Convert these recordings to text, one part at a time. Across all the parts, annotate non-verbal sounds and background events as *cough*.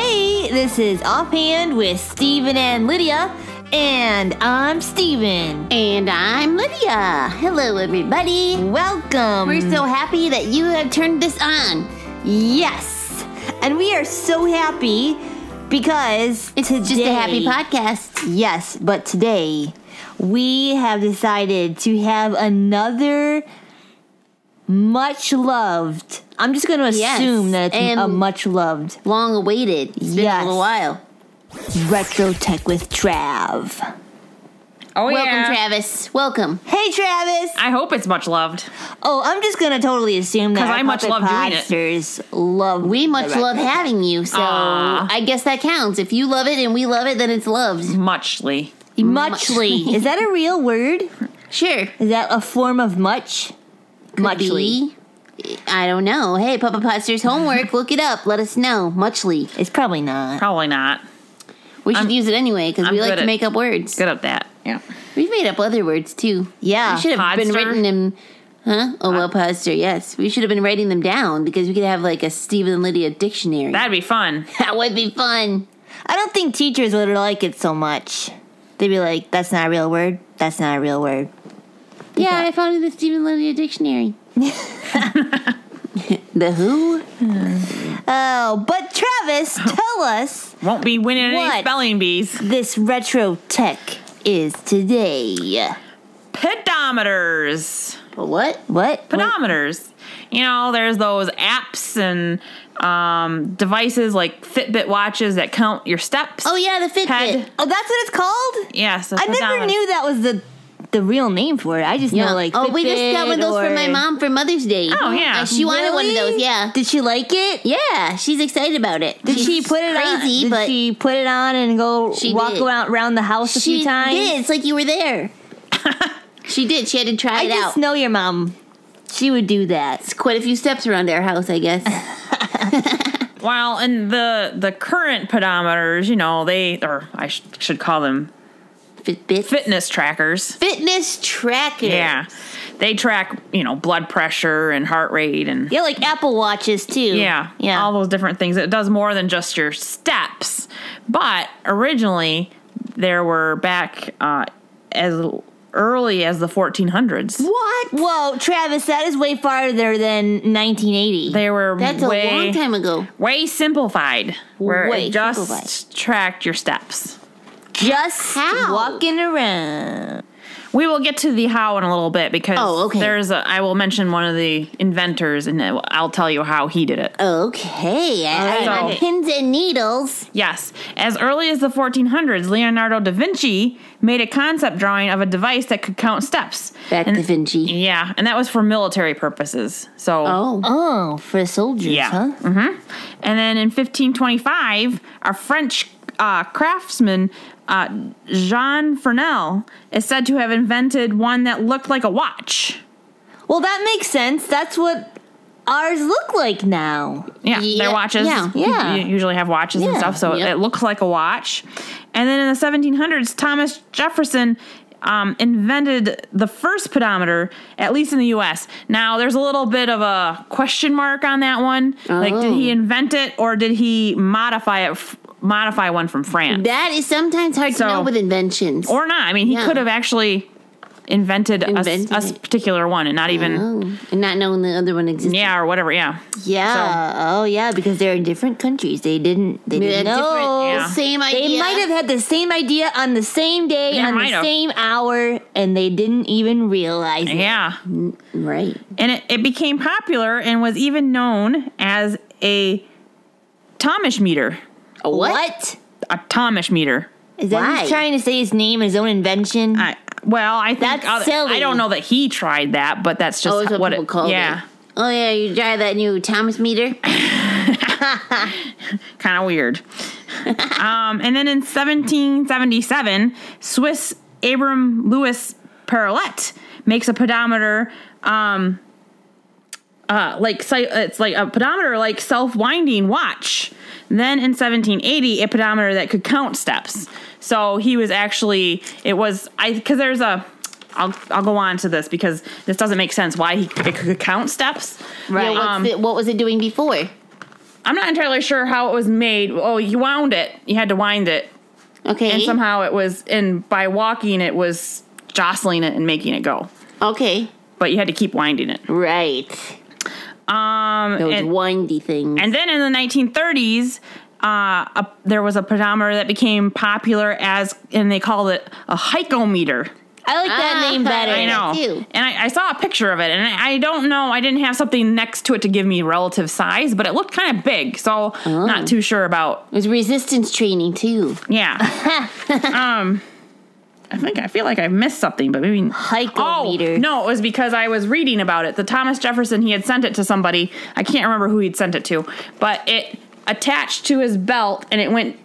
This is Offhand with Stephen and Lydia, and I'm Stephen. And I'm Lydia. Hello, everybody. Welcome. We're so happy that you have turned this on. yes, and we are so happy because It's just a happy today- podcast. Yes, but today we have decided to have another much loved. I'm just going to Yes, assume that it's and- a much loved Long awaited. It's been Yes. a little while. retro tech with Trav. Oh Welcome, yeah. Travis. Welcome. Hey, Travis. I hope it's much loved. Oh, I'm just gonna totally assume that 'Cause our I much puppet love doing it. podsters love. We much the love having you, so Aw. I guess that counts. If you love it and we love it, then it's loved. Muchly. muchly. *laughs* Is that a real word? Sure. Is that a form of much? muchly. Be. I don't know. Hey, Papa Potster's *laughs* homework. look it up. Let us know. Muchly. It's probably not. Probably not. We should I'm- use it anyway because I'm we like good to at- make up words. Good at that. Yeah. We've made up other words too. Yeah. We should have been Podster? written in. Huh? Uh, Oh, well, Podster, yes. We should have been writing them down because we could have like a Stephen and Lydia dictionary. That'd be fun. *laughs* that would be fun. I don't think teachers would like it so much. They'd be like, "That's not a real word. That's not a real word." Yeah, I found the Stephen *laughs* Lydia dictionary. the who? Oh, but Travis, *laughs* tell us Won't be winning What? any spelling bees. this retro tech is today. Pedometers. What? What? Pedometers. You know, there's those apps and um, devices like Fitbit watches that count your steps. Oh yeah, the Fitbit. Head. Oh, that's what it's called. Yes. I never knew that was the the real name for it. I just Yeah. know like oh, we just got one of those Fitbit for my or- mom for Mother's Day. Oh, yeah. Uh, she wanted one of Really? those. Yeah, Did she like it? yeah. She's excited about it. Did she She's put it on? crazy, Did but she put it on and go She walk did. around around the house a she few times? did. It's like you *laughs* were there. she did. She had to try I it out. just know your mom. She would do that. It's quite a few steps around our house, I *laughs* guess. Well, and the the current pedometers, you know, they or I sh- should call them Fitbit. fitness trackers. Fitness tracker. Yeah. They track, you know, blood pressure and heart rate and Yeah, like Apple watches too. yeah, yeah. all those different things. It does more than just your steps. But originally, there were back uh, as early as the 1400s. what? Whoa, Travis, that is way farther than 1980. They were That's way, a long time ago. way simplified, where Way it just simplified. tracked your steps. Just How? walking around. We will get to the how in a little bit because Oh, okay. there's a, I will mention one of the inventors and I'll tell you how he did it. Oh. Okay. I, All I right. want So- pins and needles. Yes. As early as the 1400s, Leonardo da Vinci made a concept drawing of a device that could count steps. Back And- to Vinci. Yeah, and that was for military purposes. So, Oh. Oh, for soldiers, yeah. huh? hmm And then in 1525, a French uh, craftsman, uh, Jean Fresnel, is said to have invented one that looked like a watch. Well, that makes sense. That's what ours look like now. Yeah, Yeah, their watches. yeah. Yeah. You usually have watches and Yeah, stuff, so yep. it looks like a watch. And then in the 1700s, Thomas Jefferson um, invented the first pedometer, at least in the U.S. Now, there's a little bit of a question mark on that one. Like, did Oh. he invent it or did he modify it? F- modify one from France That is sometimes hard So- to know with inventions. or not? I mean, he Yeah. could have actually invented, a s- Invented a, s- it. particular one and not even oh, and not knowing the other one existed. yeah or whatever. Yeah. Yeah. oh, yeah. Because they're in different countries. They didn't. They They didn't had different- know. Yeah. Same idea. They might have had the same idea on the same day, They on the might have. same hour, and they didn't even realize it. Yeah. Right. and it, it became popular and was even known as a Thomish meter. A what? A Thomish meter. Is that Why? he's trying to say his name, his own invention? I, well, I think That's other- silly. I don't know that he tried that, but that's just Oh, it's what, what people it. call yeah, it. Oh yeah, you drive that new Thomas meter. *clears throat* kind of weird. um, and then in 1777, Swiss Abram Louis Perlet makes a pedometer. Um, uh, like si- it's like a pedometer like self-winding watch then in 1780 a pedometer that could count steps so he was actually it was i because there's a I'll, I'll go on to this because this doesn't make sense why he it could count steps Yeah, what's it- what was it doing before? I'm not entirely sure how it was made. Oh, you wound it. You had to wind it, Okay. and somehow it was. And by walking, it was jostling it and making it go. okay. But you had to keep winding it. Right. Um, Those and, windy things. and then in the 1930s, uh, a, there was a pedometer that became popular as, and they called it a hycometer. I like Ah, Uh-huh. that name *laughs* better. I I know. too. And I, I saw a picture of it, and I, I don't know. I didn't have something next to it to give me relative size, but it looked kind of big, so not too sure about. it was resistance training too. Yeah. um, I think I feel like I missed something, but maybe. Hycometer. Oh no! It was because I was reading about it. The Thomas Jefferson he had sent it to somebody. I can't remember who he'd sent it to, but it attached to his belt, and it went.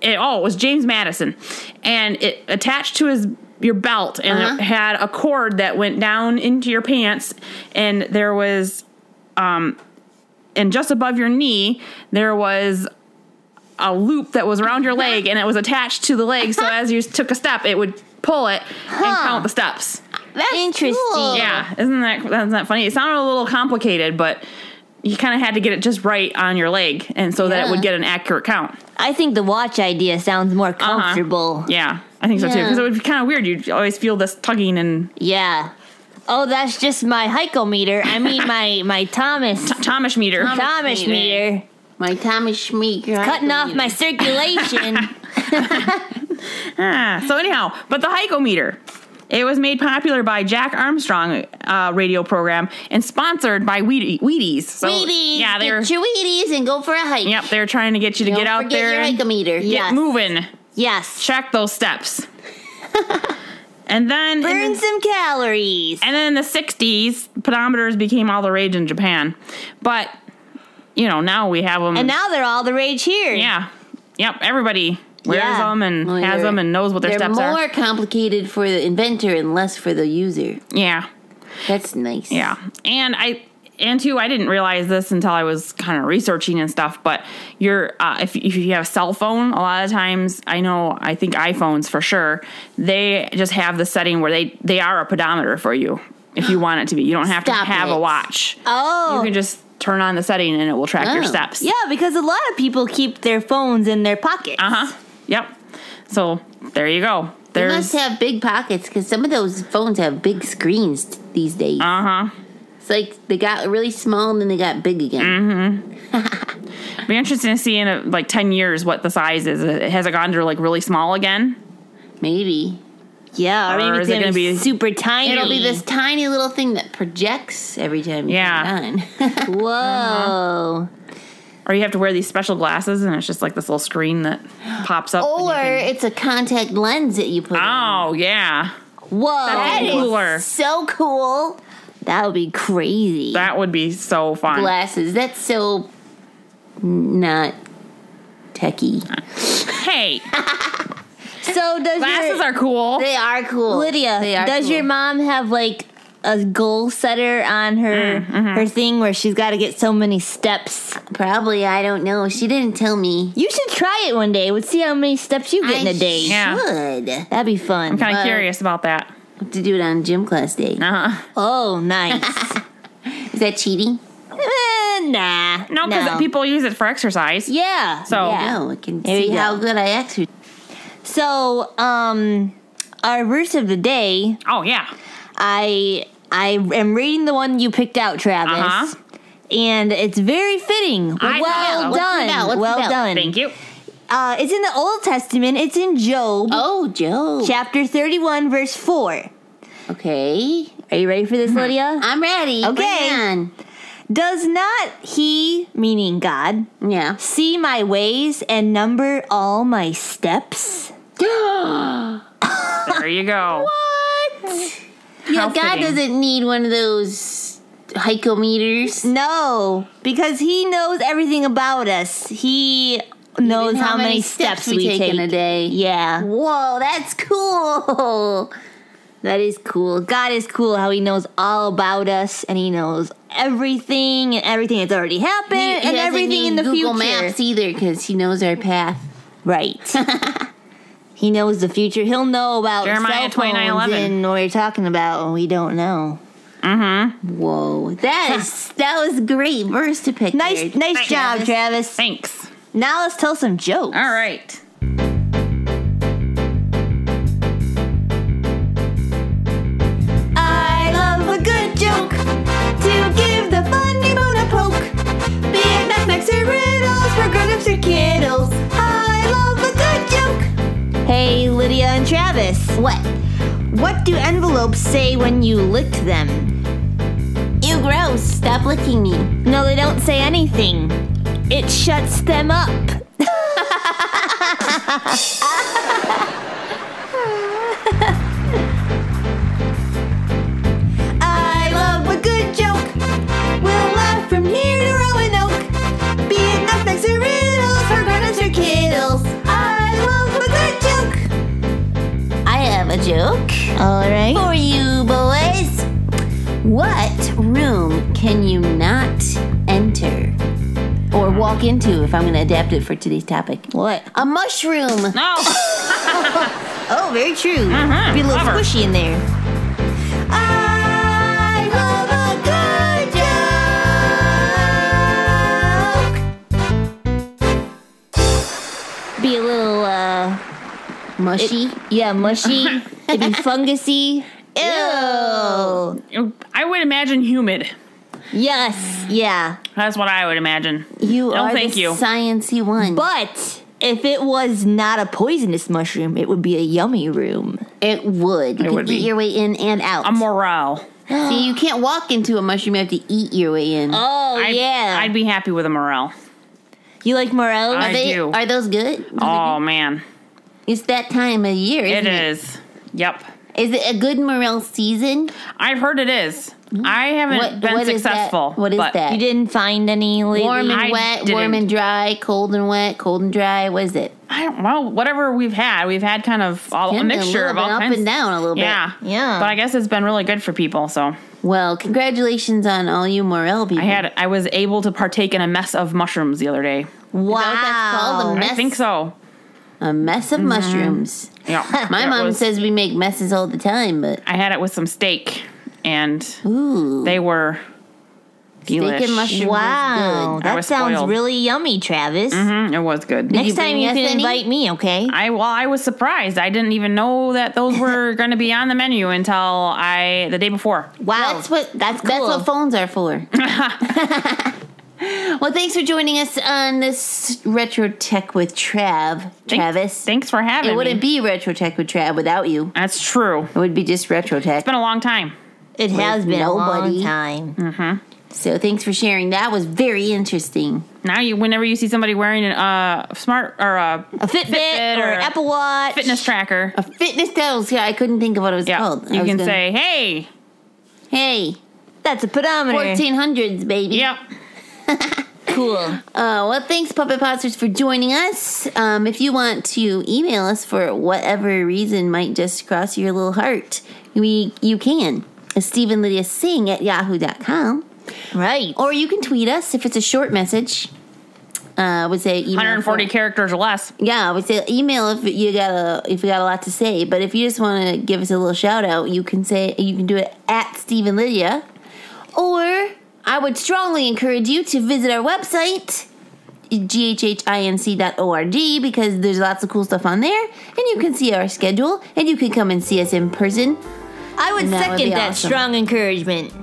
It, oh, it was James Madison, and it attached to his your belt, and Uh-huh. it had a cord that went down into your pants, and there was, um, and just above your knee there was a loop that was around your leg, and it was attached to the leg. So as you took a step, it would pull it and count the steps. That's Interesting. Yeah, isn't that that's not funny? It sounded a little complicated, but you kind of had to get it just right on your leg, and so that it Yeah. would get an accurate count. I think the watch idea sounds more Uh-huh. comfortable. Yeah, I think so too. Yeah. Because it would be kind of weird. You'd always feel this tugging and Yeah. Oh, that's just my hycometer. I mean my my Thomas *laughs* Thomas meter. Thomas meter. meter. My Thomas Schmeek. Cutting off my circulation. *laughs* Ah, *laughs* so anyhow, but the Hycometer. It was made popular by Jack Armstrong uh, radio program and sponsored by Wheatie- Wheaties. So, Wheaties. Yeah, they were. Get your Wheaties and go for a hike. Yep, they're trying to get you to Don't get out forget there. your and hike-a-meter. Get Yes. moving. yes. Check those steps. *laughs* and then Burn some calories. And then in the 60s, pedometers became all the rage in Japan. But, you know, now we have them. And now they're all the rage here. yeah. Yep, everybody wears Yeah. them and Well, has they're- them and knows what their They're steps more are. complicated for the inventor and less for the user. Yeah. That's nice. Yeah. And I and too, I didn't realize this until I was kind of researching and stuff. But you're uh, if if you have a cell phone, a lot of times I know I think iPhones for sure they just have the setting where they they are a pedometer for you if you want it to be. You don't have Stop to have it. a watch. Oh. you can just turn on the setting and it will track your Oh. steps. Yeah, because a lot of people keep their phones in their pockets. Uh huh. Yep. So there you go. They There's must have big pockets because some of those phones have big screens t- these days. uh huh. It's like they got really small and then they got big again. Be interesting to see in uh like ten years what the size is. It- Has it gone to like really small again? Mm-hmm. Maybe. Yeah, or, Or maybe is it's it gonna, gonna be, be- super tiny. It'll be this tiny little thing that projects every time you Yeah. Uh-huh. turn it on. *laughs* Whoa. Or you have to wear these special glasses and it's just like this little screen that pops up. and you or can- it's a contact lens that you put on. Oh yeah. Whoa. That'd be cooler. So cool. That would be crazy. That would be so fun. Glasses. That's so n- not techie. Hey, so does glasses your, are cool. They are cool. Lydia, They are does cool. your mom have like a goal setter on her her thing where she's got to get so many steps? Probably, I don't know. She didn't tell me. You should try it one day. We'll see how many steps you get in I a day. Yeah. should. That'd be fun. Kind of but- curious about that. Have to do it on gym class day. Uh huh. oh, nice. *laughs* Is that cheating? Eh, nah. No, because people use it for exercise. Yeah. So- yeah. No, I can There see you how go. good I exercise. So, um, our verse of the day, Oh yeah. I I am reading the one you picked out, Travis. Uh-huh. And it's very fitting. I well know. What's it done. about? What's it well about? done. Thank you. Uh, it's in the Old Testament. It's in Job, Oh, Joe. chapter 31, verse 4. Okay. Are you ready for this, Lydia? I'm ready. Okay. Bring it on. Does not he, meaning God, *gasps* Yeah. see my ways and number all my steps? There you go. yeah, How God fitting. doesn't need one of those hycometers. No, because he knows everything about us. He knows And how, many, steps, we take. in a day. Yeah, Whoa, that's cool. that is cool. God is cool how he knows all about us and he knows everything and everything that's already happened He- he and doesn't everything in need the Google future. Maps either because he knows our path. Right. he knows the future. He'll know about Jeremiah cell phones 29:11. and what you're talking about, and we don't know. Whoa, that is that was a great verse to pick. Nice, there, nice Thanks, job, Travis. Travis. Thanks. Now let's tell some jokes. All right. I love a good joke to give the funny bone a poke. Be it knickknacks or riddles for grown-ups or kiddles. I love a good joke. Hey, Lydia and Travis. What? What do envelopes say when you licked them? You gross. Stop licking me. No, they don't say anything. It shuts them up. I love a good joke. We'll laugh from here to Roanoke. Be it knockbacks or riddles, for grown-ups or kiddles. I love a good joke. I have a joke All right. for you, boys. What room can you not enter or walk into? If I'm going to adapt it for today's topic, What? a mushroom. *laughs* Uh-huh. No. Oh, very true. Mhm, Be a little clever. squishy in there. I love a good joke. Be a little, uh, Mushy. yeah, *laughs* mushy. It'd be fungusy. Ew. I would imagine humid. Yes. Yeah. That's what I would imagine. you No, are thank the you. sciencey one. But if it was not a poisonous mushroom, it would be a yummy room. it would. You It could would eat be. your way in and out. A morale. *gasps* See, you can't walk into a mushroom. You have to eat your way in. Oh, I'd, yeah. I'd be happy with a morale. you like morel? I are they? do. Are those good? Oh man, It's that time of year, it isn't it? is. Yep. Is it a good morel season? I've heard it is. I Mm-hmm. haven't What- been what is that? successful. What is but that? you didn't find any lately? Warm and I wet, warm didn't. and dry, cold and wet, cold and dry. What is it? I don't well, whatever we've had, we've had kind of all a Kinda little mixture of bit all up kinds. and down a little Yeah, bit. Yeah. But I guess it's been really good for people. So Well, congratulations on all you morel people. I had, I was able to partake in a mess of mushrooms the other day. Wow. that what that's called? A mess? I think so. a mess of *laughs* mushrooms. Yeah. *laughs* My It mom Mm-hmm. was- says we make messes all the time, but I had it with some steak, and ooh, they were delish. Mm-hmm. steak and mushroom Wow, is I that was sounds spoiled. really yummy, Travis. Mm, it was good. Next Mm-hmm. you time bring you us can any? invite me, okay? I well, I was surprised. I didn't even know that *laughs* those were going to be on the menu until I the day before. wow, That's what that's that's cool. what phones are for. *laughs* well, thanks for joining us on this retro tech with Trav, Thank- Travis. thanks for having it wouldn't be me. retro tech with Trav without you. That's true. It's It would be just retro tech. been a long time. it has been a nobody. Mm. long time. So thanks for sharing. That was very interesting. Now you, whenever you see somebody wearing a uh, smart or a A Fitbit, Fitbit or, or an Apple Watch. fitness tracker, A fitness tells. Yeah, I couldn't think of what it was yeah, called. I you was can gonna- say, "Hey, "Hey, That's a pedometer. 1400s, baby." yep, Cool. Uh, well, thanks, Puppet Posters, for joining us. Um, if you want to email us for whatever reason might just cross your little heart, we you can. Stephen Lydia Sing at yahoo.com. Right. Or you can tweet us if it's a short message. Uh, I would say email 140 for- characters or less." Yeah, I would say email if you got a if you got a lot to say. But if you just want to give us a little shout out, you can say you can do it at Stephen Lydia, or I would strongly encourage you to visit our website ghhinc.org because there's lots of cool stuff on there, and you can see our schedule, and you can come and see us in person. I would That would second be that awesome. Mm-hmm. strong encouragement.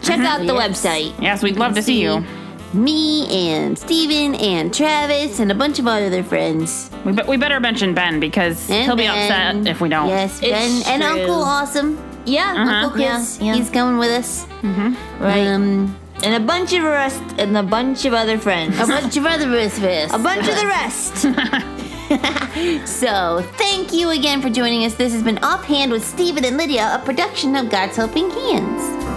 Check out the Yes. website. Yes, we'd love to see you. me and Steven and Travis and a bunch of our other friends. We, be- we better mention Ben because And he'll be Ben. upset if we don't. Yes, It's Ben and true. Uncle Awesome. Yeah, Uncle Chris, yeah. Mm-hmm. he's coming with us. right. Um, and a bunch of rest, and a bunch of other friends. a bunch of other misfits. a bunch of *laughs* the rest. So, thank you again for joining us. This has been Offhand with Steven and Lydia, a production of God's Helping Hands.